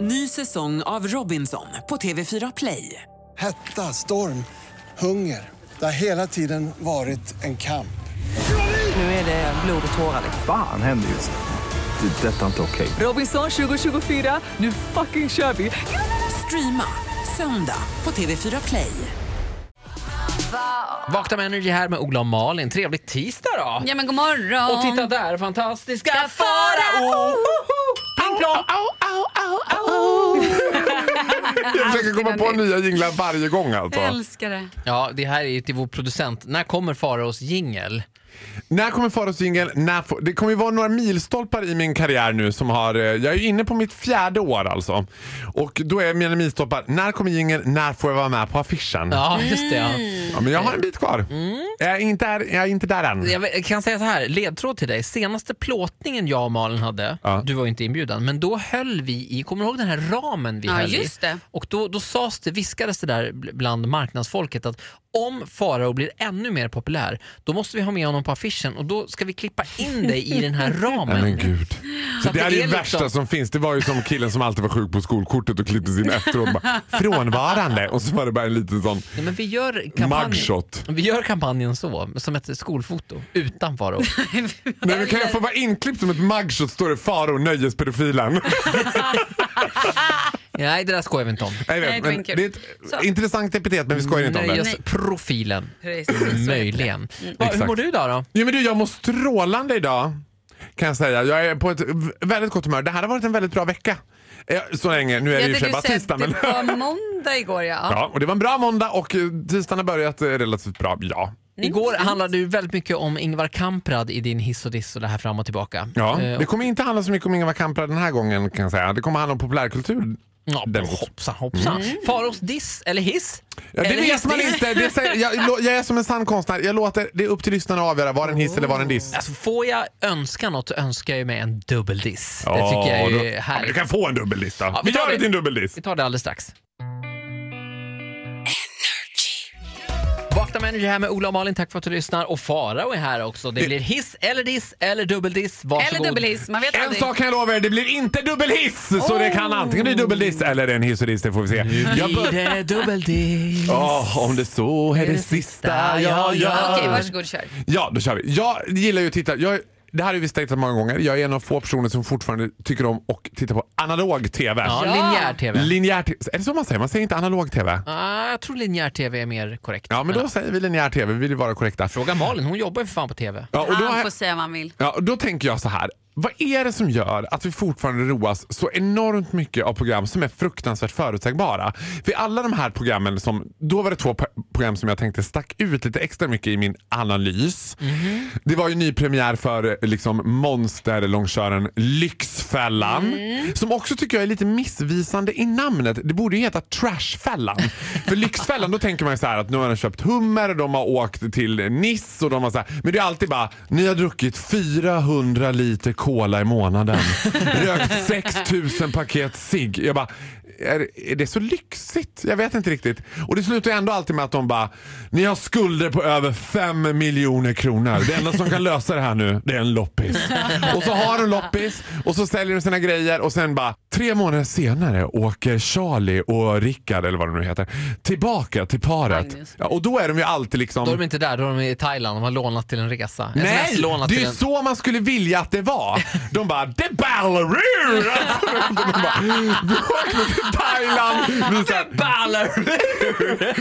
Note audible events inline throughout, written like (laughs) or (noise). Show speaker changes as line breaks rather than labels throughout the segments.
Ny säsong av Robinson på TV4 Play.
Hetta, storm, hunger. Det har hela tiden varit en kamp.
Nu är det blod och tårar. liksom.
Fan händer just nu. Det. är Detta är inte okej.
Robinson 2024, nu fucking kör vi! Streama söndag på TV4 Play.
Vakna med Energy här med Ola och Malin. Trevlig tisdag då!
Ja men god morgon.
Och titta där, fantastiska
Ja,
Farao!
Farao!
Oh, oh, oh. Pling plong!
Jag försöker komma på
Alltid
nya jinglar varje gång alltså.
Jag älskar det.
Ja, det här är ju till vår producent. När kommer Faraos jingel?
När kommer Faraos jingel? När får- Det kommer ju vara några milstolpar i min karriär nu som har... eh, Jag är ju inne på mitt fjärde år alltså. Och då är mina milstolpar, när kommer jingeln? När får jag vara med på affischen? Ja.
Ja, just det. Ja.
men jag har en bit kvar. Jag, är inte där, jag är inte där än.
Jag vet- kan säga så här, ledtråd till dig. Senaste plåtningen jag och Malin hade,
Ja.
du var ju inte inbjuden, men då höll vi i, kommer du ihåg den här ramen vi
Ja,
höll
just
i?
det.
Och då, då sades det, viskades det där bl- bland marknadsfolket att om Farao blir ännu mer populär, då måste vi ha med honom på affischen och då ska vi klippa in dig i den här
(laughs) Nej, men
ramen.
gud. Så
att
det,
det
är det
är
värsta
liksom-
som finns. Det var ju som killen som alltid var sjuk på skolkortet och klipptes in efteråt. Bara, Frånvarande. Och så var det bara en liten sån...
Nej, men vi, gör kampanjen,
Mugshot.
vi gör kampanjen så, som ett skolfoto, utan
(laughs)
Farao.
Nej, men kan jag få vara inklippt som ett mugshot står det Faro, nöjespedofilen.
Nej, det där skojar vi inte om.
Nej,
Nej,
det
men,
var
men
inte kul.
det är ett
Så.
intressant epitet men vi skojar inte om det.
Nöjesprofilen,
Precis. Mm.
möjligen. Va, hur
Exakt.
mår du då? då?
Jo, men du, jag mår strålande idag kan jag säga. Jag är på ett v- väldigt gott humör. Det här har varit en väldigt bra vecka. Eh, Så länge. Nu är det ju i och för sig bara tisdag. Men...
det var måndag igår ja.
Ja, och det var en bra måndag och eh, tisdagen har börjat eh, relativt bra. Ja.
Igår handlade det ju väldigt mycket om Ingvar Kamprad i din hiss och diss och det här fram och tillbaka.
Ja,
Eh,
det kommer inte handla så mycket om Ingvar Kamprad den här gången kan jag säga. Det kommer handla om populärkultur.
ja,
däremot.
hoppsan, hoppsan. Faros diss eller hiss?
Ja, det
Eller
vet
hiss,
man
diss?
inte. Det säger, jag, jag är som en sann konstnär. Jag låter, det är upp till lyssnarna att avgöra. Var det en hiss eller var det en diss?
Alltså, får jag önska något så önskar jag ju mig en dubbeldiss. det tycker jag
Ja,
är
då- ja, men
härligt.
Du kan få en dubbeldiss då.
vi
vi
tar
gör
det.
det till en dubbeldiss.
Vi tar det alldeles strax. Vakna med Energy här med Ola och Malin. Tack för att du lyssnar. Och Farao är här också. Det blir hiss eller diss eller dubbeldiss. Varsågod.
Eller dubbelhiss, man vet
En
aldrig. Oh.
sak kan jag lova er, det blir inte dubbelhiss! Så det kan antingen bli dubbeldiss eller en hiss och diss, det får vi se. Jag
Blir
bör-
det dubbeldiss?
Åh, om det så är det sista jag
Ja.
Okej,
gör.
varsågod kör.
Ja, då kör vi. Jag gillar ju att titta. Jag, det här har vi statat många gånger. Jag är en av få personer som fortfarande tycker om och titta på analog TV.
Ja,
Ja.
linjär TV.
Linjär t- Är det så man säger? Man säger inte analog TV.
Ah, jag tror linjär TV är mer korrekt.
Ja, men då säger vi linjär TV. Vi vill ju vara korrekta.
Fråga Malin, hon jobbar ju för fan på TV.
Ja, och då
Han
har-
får säga vad han vill.
Ja, och då tänker jag så här. Vad är det som gör att vi fortfarande roas så enormt mycket av program som är fruktansvärt förutsägbara? För alla de här programmen, som, då var det två po- program som jag tänkte stack ut lite extra mycket i min analys. Det var ju nypremiär för eh, liksom, monsterlångköraren Lyxfällan. Som också tycker jag är lite missvisande i namnet. Det borde ju heta Trashfällan. för Lyxfällan, då tänker man ju så här att nu har de köpt hummer och de har åkt till Niss och de har så här. Men det är alltid bara, ni har druckit 400 liter cola i månaden. Rökt 6000 paket cigg. Jag bara, är, är det så lyxigt? Jag vet inte riktigt. Och det slutar ju ändå alltid med att de bara, ni har skulder på över 5 miljoner kronor. Det enda som kan lösa det här nu, det är en loppis. Och så har de loppis och så säljer de sina grejer och sen bara tre månader senare åker Charlie och Rickard, eller vad de nu heter, tillbaka till paret.
Magnus.
Ja, och då är de ju alltid liksom...
Då är de inte där, då är de i Thailand. De har lånat till en resa.
Nej,
SMS lånat
det är
till
ju
en...
så man skulle vilja att det var. De bara “The
(laughs)
Ballerur!” alltså, de bara, “Vi åkte till Thailand!” Vi så här,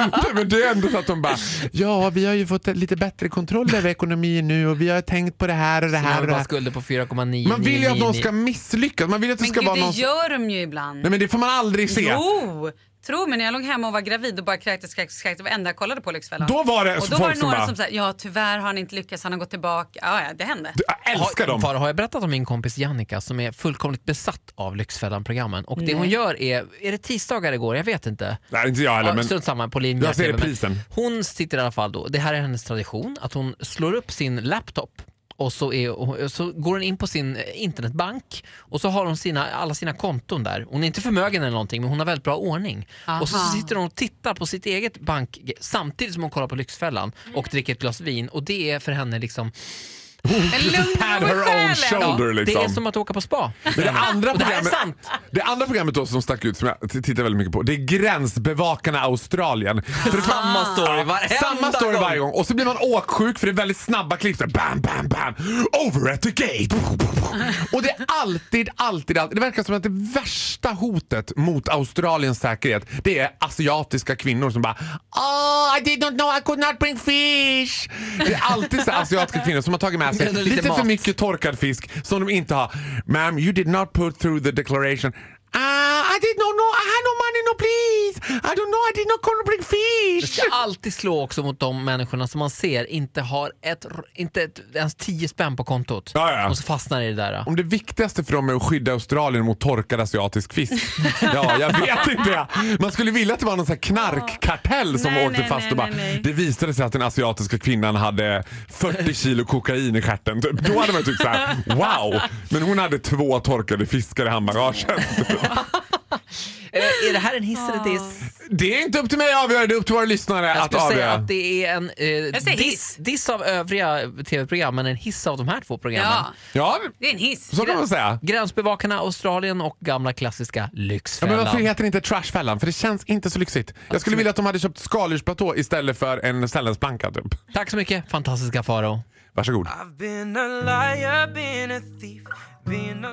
Nej, men det är ändå så att de bara “Ja, vi har ju fått lite bättre kontroll över ekonomin nu och vi har tänkt på det här och det
Nu
här
har
och
de
det
bara
här”.
skulder på 4,9.
Man vill ju att någon ska misslyckas. Man vill att det
Men
ska
gud,
vara
det
någon...
gör de ju ibland.
Nej men det får man aldrig se.
Jo! Tro mig, när jag låg hemma och var gravid och bara kräktes, kräktes, kräktes. Det enda jag kollade på Lyxfällan.
Då var det
och då
folk
var det
som
några
bara-
som sa, ja tyvärr har han inte lyckats, han har gått tillbaka. Ja, ja det hände.
Jag älskar dem.
Fara, har jag berättat om min kompis Jannica som är fullkomligt besatt av Lyxfällan-programmen? Och det hon gör är, är det tisdagar det går? Jag vet inte.
Nej inte jag heller
Ja,
men
Strunt samma, på linje
Jag ser
TV, men
reprisen.
Hon sitter i alla fall då, det här är hennes tradition, att hon slår upp sin laptop och så, är, och så går hon in på sin eh, internetbank och så har hon sina, alla sina konton där. Hon är inte förmögen eller någonting men hon har väldigt bra ordning. Och så
Aha.
sitter hon och tittar på sitt eget eh, bank samtidigt som hon kollar på Lyxfällan och dricker ett glas vin och det är för henne liksom
Men lugn
Had
och ro i
her own
själen.
shoulder. Ålder, liksom.
Det är som att åka på spa.
Men det andra
Och det här är
programmet,
sant.
det andra programmet då som stack ut som jag t- tittar väldigt mycket på det är Gränsbevakarna Australien. För det-
Samma story varenda
Samma story
gång.
varje gång och så blir man åksjuk för det är väldigt snabba klipp. Så här, Bam, bam, bam! Over at the gate! Och det är alltid, alltid, alltid. Det verkar som att det värsta hotet mot Australiens säkerhet det är asiatiska kvinnor som bara Oh, I did not know I could not bring fish! Det är alltid så här asiatiska kvinnor som har tagit med sig
Men
lite,
lite
för
mat.
mycket torkad fisk som de inte har. Ma'am, you did not put through the declaration. Ah, I did not know, I had no money, no please! I don't know, I did not come to bring
Det
fish!
ska alltid slå också mot de människorna som man ser inte har ett, inte ett, ens 10 spänn på kontot.
Ja, ja.
Och så fastnar det i det där.
Om det viktigaste för dem är att skydda Australien mot torkad asiatisk fisk? Ja, jag vet inte. ja. Man skulle vilja att det var någon sån här knarkkartell som
Nej,
åkte
nej,
fast
nej,
och bara...
nej, nej.
Det visade sig att den asiatiska kvinnan hade 40 kilo kokain i stjärten. Typ. Då hade man tyckt så här: wow! Men hon hade två torkade fiskar i handbagaget.
Eller Eh, är det här en hiss eller diss?
Det är inte upp till mig att avgöra, det är upp till våra lyssnare
Jag
att
skulle säga
avgöra.
att det är en eh,
säger
diss,
hiss.
diss av övriga tv-program men en hiss av de här två programmen.
Ja,
Ja,
det är en hiss.
så kan man säga.
Gränsbevakarna, Australien och gamla klassiska
Ja, men
Lyxfällan.
varför heter det inte Trashfällan? För det känns inte så lyxigt. Jag skulle vilja att de hade köpt skaldjursplatå istället för en sällansplanka. Typ.
Tack så mycket, fantastiska Faro. (laughs)
Varsågod.
I've been a liar, been a thief, been a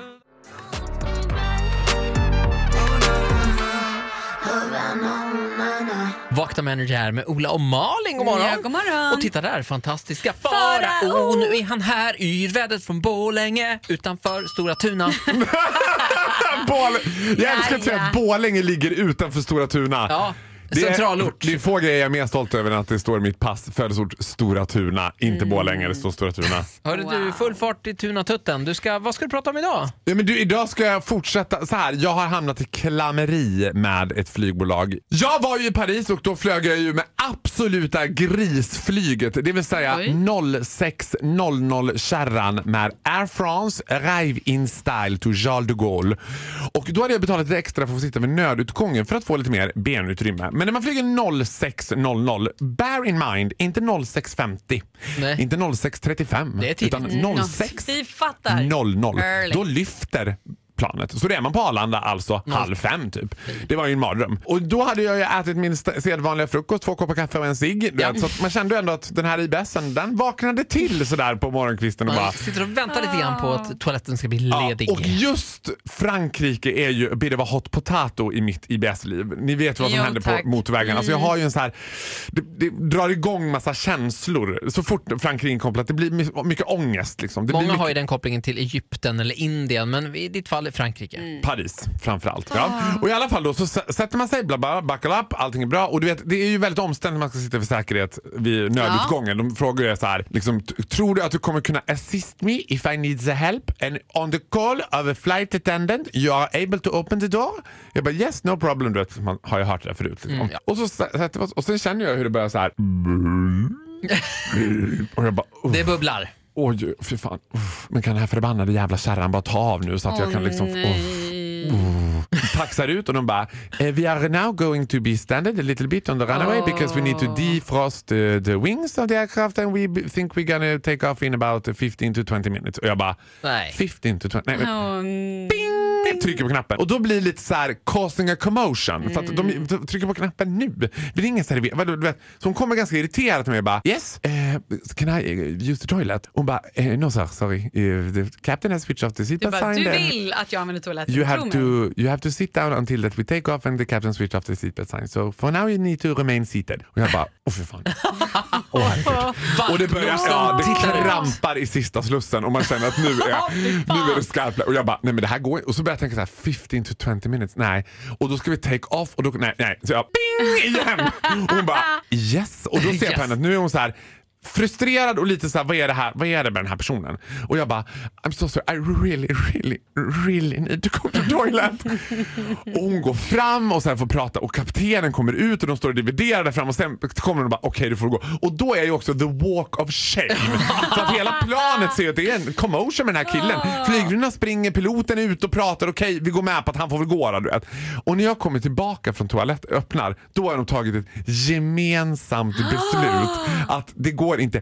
Vakna med Energy här med Ola och Malin. God morgon.
Ja, god morgon.
Och titta där, fantastiska
Farao.
Farao. nu är han här, yrvädret från Borlänge utanför Stora
(laughs)
Tuna.
Bål... Jag
Ja,
älskar att säga
ja.
att Borlänge ligger utanför Stora Tuna.
Ja,
är-
centralort.
Det är få grejer jag är mer stolt över än att det står i mitt pass, födelseort Stora Tuna. Inte
Mm.
Borlänge, det står Stora Tuna.
Hörru du,
Wow.
full fart i Tunatutten. Du ska, vad ska du prata om idag?
Ja, men du, idag ska jag fortsätta så här. Jag har hamnat i klammeri med ett flygbolag. Jag var ju i Paris och då flög jag ju med absoluta grisflyget. Det vill säga
Oj.
0600-kärran med Air France Arrive in Style to Charles de Gaulle. Och då hade jag betalat lite extra för att få sitta vid nödutgången för att få lite mer benutrymme. Men när man flyger 0600, bear in mind, inte 0650,
Nej.
inte 0635,
Det är tidigt.
utan
Mm,
06
Vi fattar.
00.
Early.
Då lyfter planet. Så då är man på Arlanda alltså halv fem typ. Det var ju en mardröm. Och då hade jag ju ätit min st- sedvanliga frukost, två koppar kaffe och en cigg. du vet. Så att man kände ju ändå att den här IBSen, den vaknade till sådär på morgonkvisten och bara
Man sitter och väntar lite grann på att toaletten ska bli ledig.
Ja, och just Frankrike är ju a bit of a hot potato i mitt IBS-liv. Ni vet vad som
Jo,
händer
tack.
på motorvägarna. Alltså jag har ju en så här, det, det drar igång massa känslor så fort Frankrike är inkopplat. Det blir my- mycket ångest. Liksom. Det blir
Många
mycket...
har ju den kopplingen till Egypten eller Indien, men i ditt fall är Frankrike.
Mm. Paris framförallt. Ja. Och i alla fall då så s- sätter man sig, bla bla, buckle up, allting är bra. Och du vet, det är ju väldigt omständigt när man ska sitta för säkerhet vid nödutgången. De frågar ju så här, liksom, t- tror du att du kommer kunna assist me if I need the help? And on the call of a flight attendant you are able to open the door? Jag bara yes, no problem. Du vet, man har ju hört det där förut. Liksom. Och så s- sätter vi oss och sen känner jag hur det börjar så här. (laughs) Och jag bara, "Uff."
Det bubblar.
Oj, fy fan. Uff, Men kan den här förbannade jävla kärran bara ta av nu så att jag kan liksom... uff, uff. Taxar ut och de bara eh, We are now going to be standard a little bit on the runway
Ah.
because we need to defrost eh, the wings of the aircraft and we b- think we're gonna take off in about 15 to 20 minutes. Och jag bara
Nej.
15 to 20... Nej, men,
Mm.
Ding! Trycker på knappen. Och då blir det lite så här causing a commotion. För att
Mm.
de de trycker på knappen nu. Det är ingen servis. vadå, du vet, Så hon kommer ganska irriterad till mig och bara Yes, eh, can I eh, use the toilet? Hon bara eh, No sir, sorry. Eh, the captain has switched off the
Du,
seatbelt
bara,
sign.
du
and
vill att jag använder toaletten.
You
Tro
have,
mig.
to, you have to sit down until that we take off and the captain switch off the seatbelt sign. So for now you need to remain seated. Och jag bara, åh för (laughs) fan. Åh, Oh, herregud. och det börjar, ja, det
Tittar ut.
krampar i sista slussen och man känner att nu (laughs) är, nu är det skarpt läge. Och jag bara, nej men det här går inte. Och så börjar jag tänka så här, 15 to 20 minutes, nej. Och då ska vi take off och då, nej, nej. Så jag, ping igen! Och hon bara, yes. Och då ser jag
Yes.
på henne att nu är hon så här, frustrerad och lite så här, vad är det här, vad är det med den här personen? Och jag bara, I'm so sorry, I really, really, really need to go to the toilet. och hon går fram och sen får prata och kaptenen kommer ut och de står och dividerar där fram och sen kommer de och bara, okej du får gå. Och då är ju också the walk of shame. så att hela planet ser ju att det är en commotion med den här killen. Flygvärdinnan springer, piloten är ute och pratar, okej vi går med på att han får väl gå då, du vet. Och när jag kommer tillbaka från toaletten, öppnar, då har de tagit ett gemensamt beslut att det går går inte.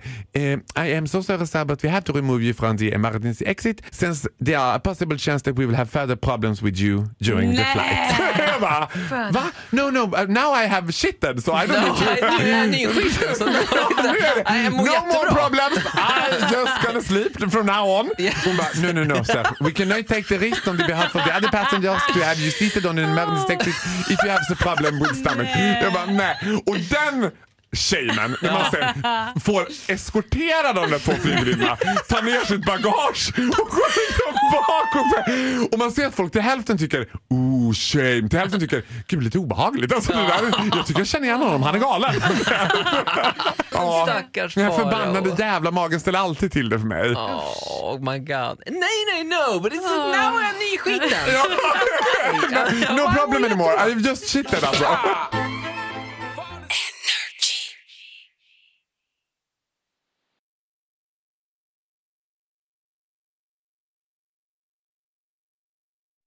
Eh, I am so sorry sir but we have to remove you from the emergency exit since there are a possible chance that we will have further problems with you during the
Nej.
flight. (laughs) jag bara, va? No, no, uh, now I have shitted so I don't need to...
Nej, du är nyskjuten (laughs) så nu har du
Nu är
inte...
det.
Nej, jag mår
no more
jättebra. (laughs)
problems, I just gonna sleep from now on. Hon bara, no, no, no sir. We cannot take the risk on the behalf of the other passengers to have you seated on an emergency exit if you have the problem with stomach. Jag bara, nej. Och den shamen, när man sen får eskortera de där två flygvärdinnorna, ta ner sitt bagage och gå liksom bak och, fram. och man ser att folk till hälften tycker oh shame, till hälften tycker gud lite obehagligt. Alltså, det där, jag tycker jag känner igen honom, han är galen. Ja.
Stackars
Den här
Farao.
förbannade jävla magen ställer alltid till det för mig. (laughs)
Oh my god. Nej, nej, no! But it's now är jag nyskiten.
No problem anymore, I've just shitted alltså.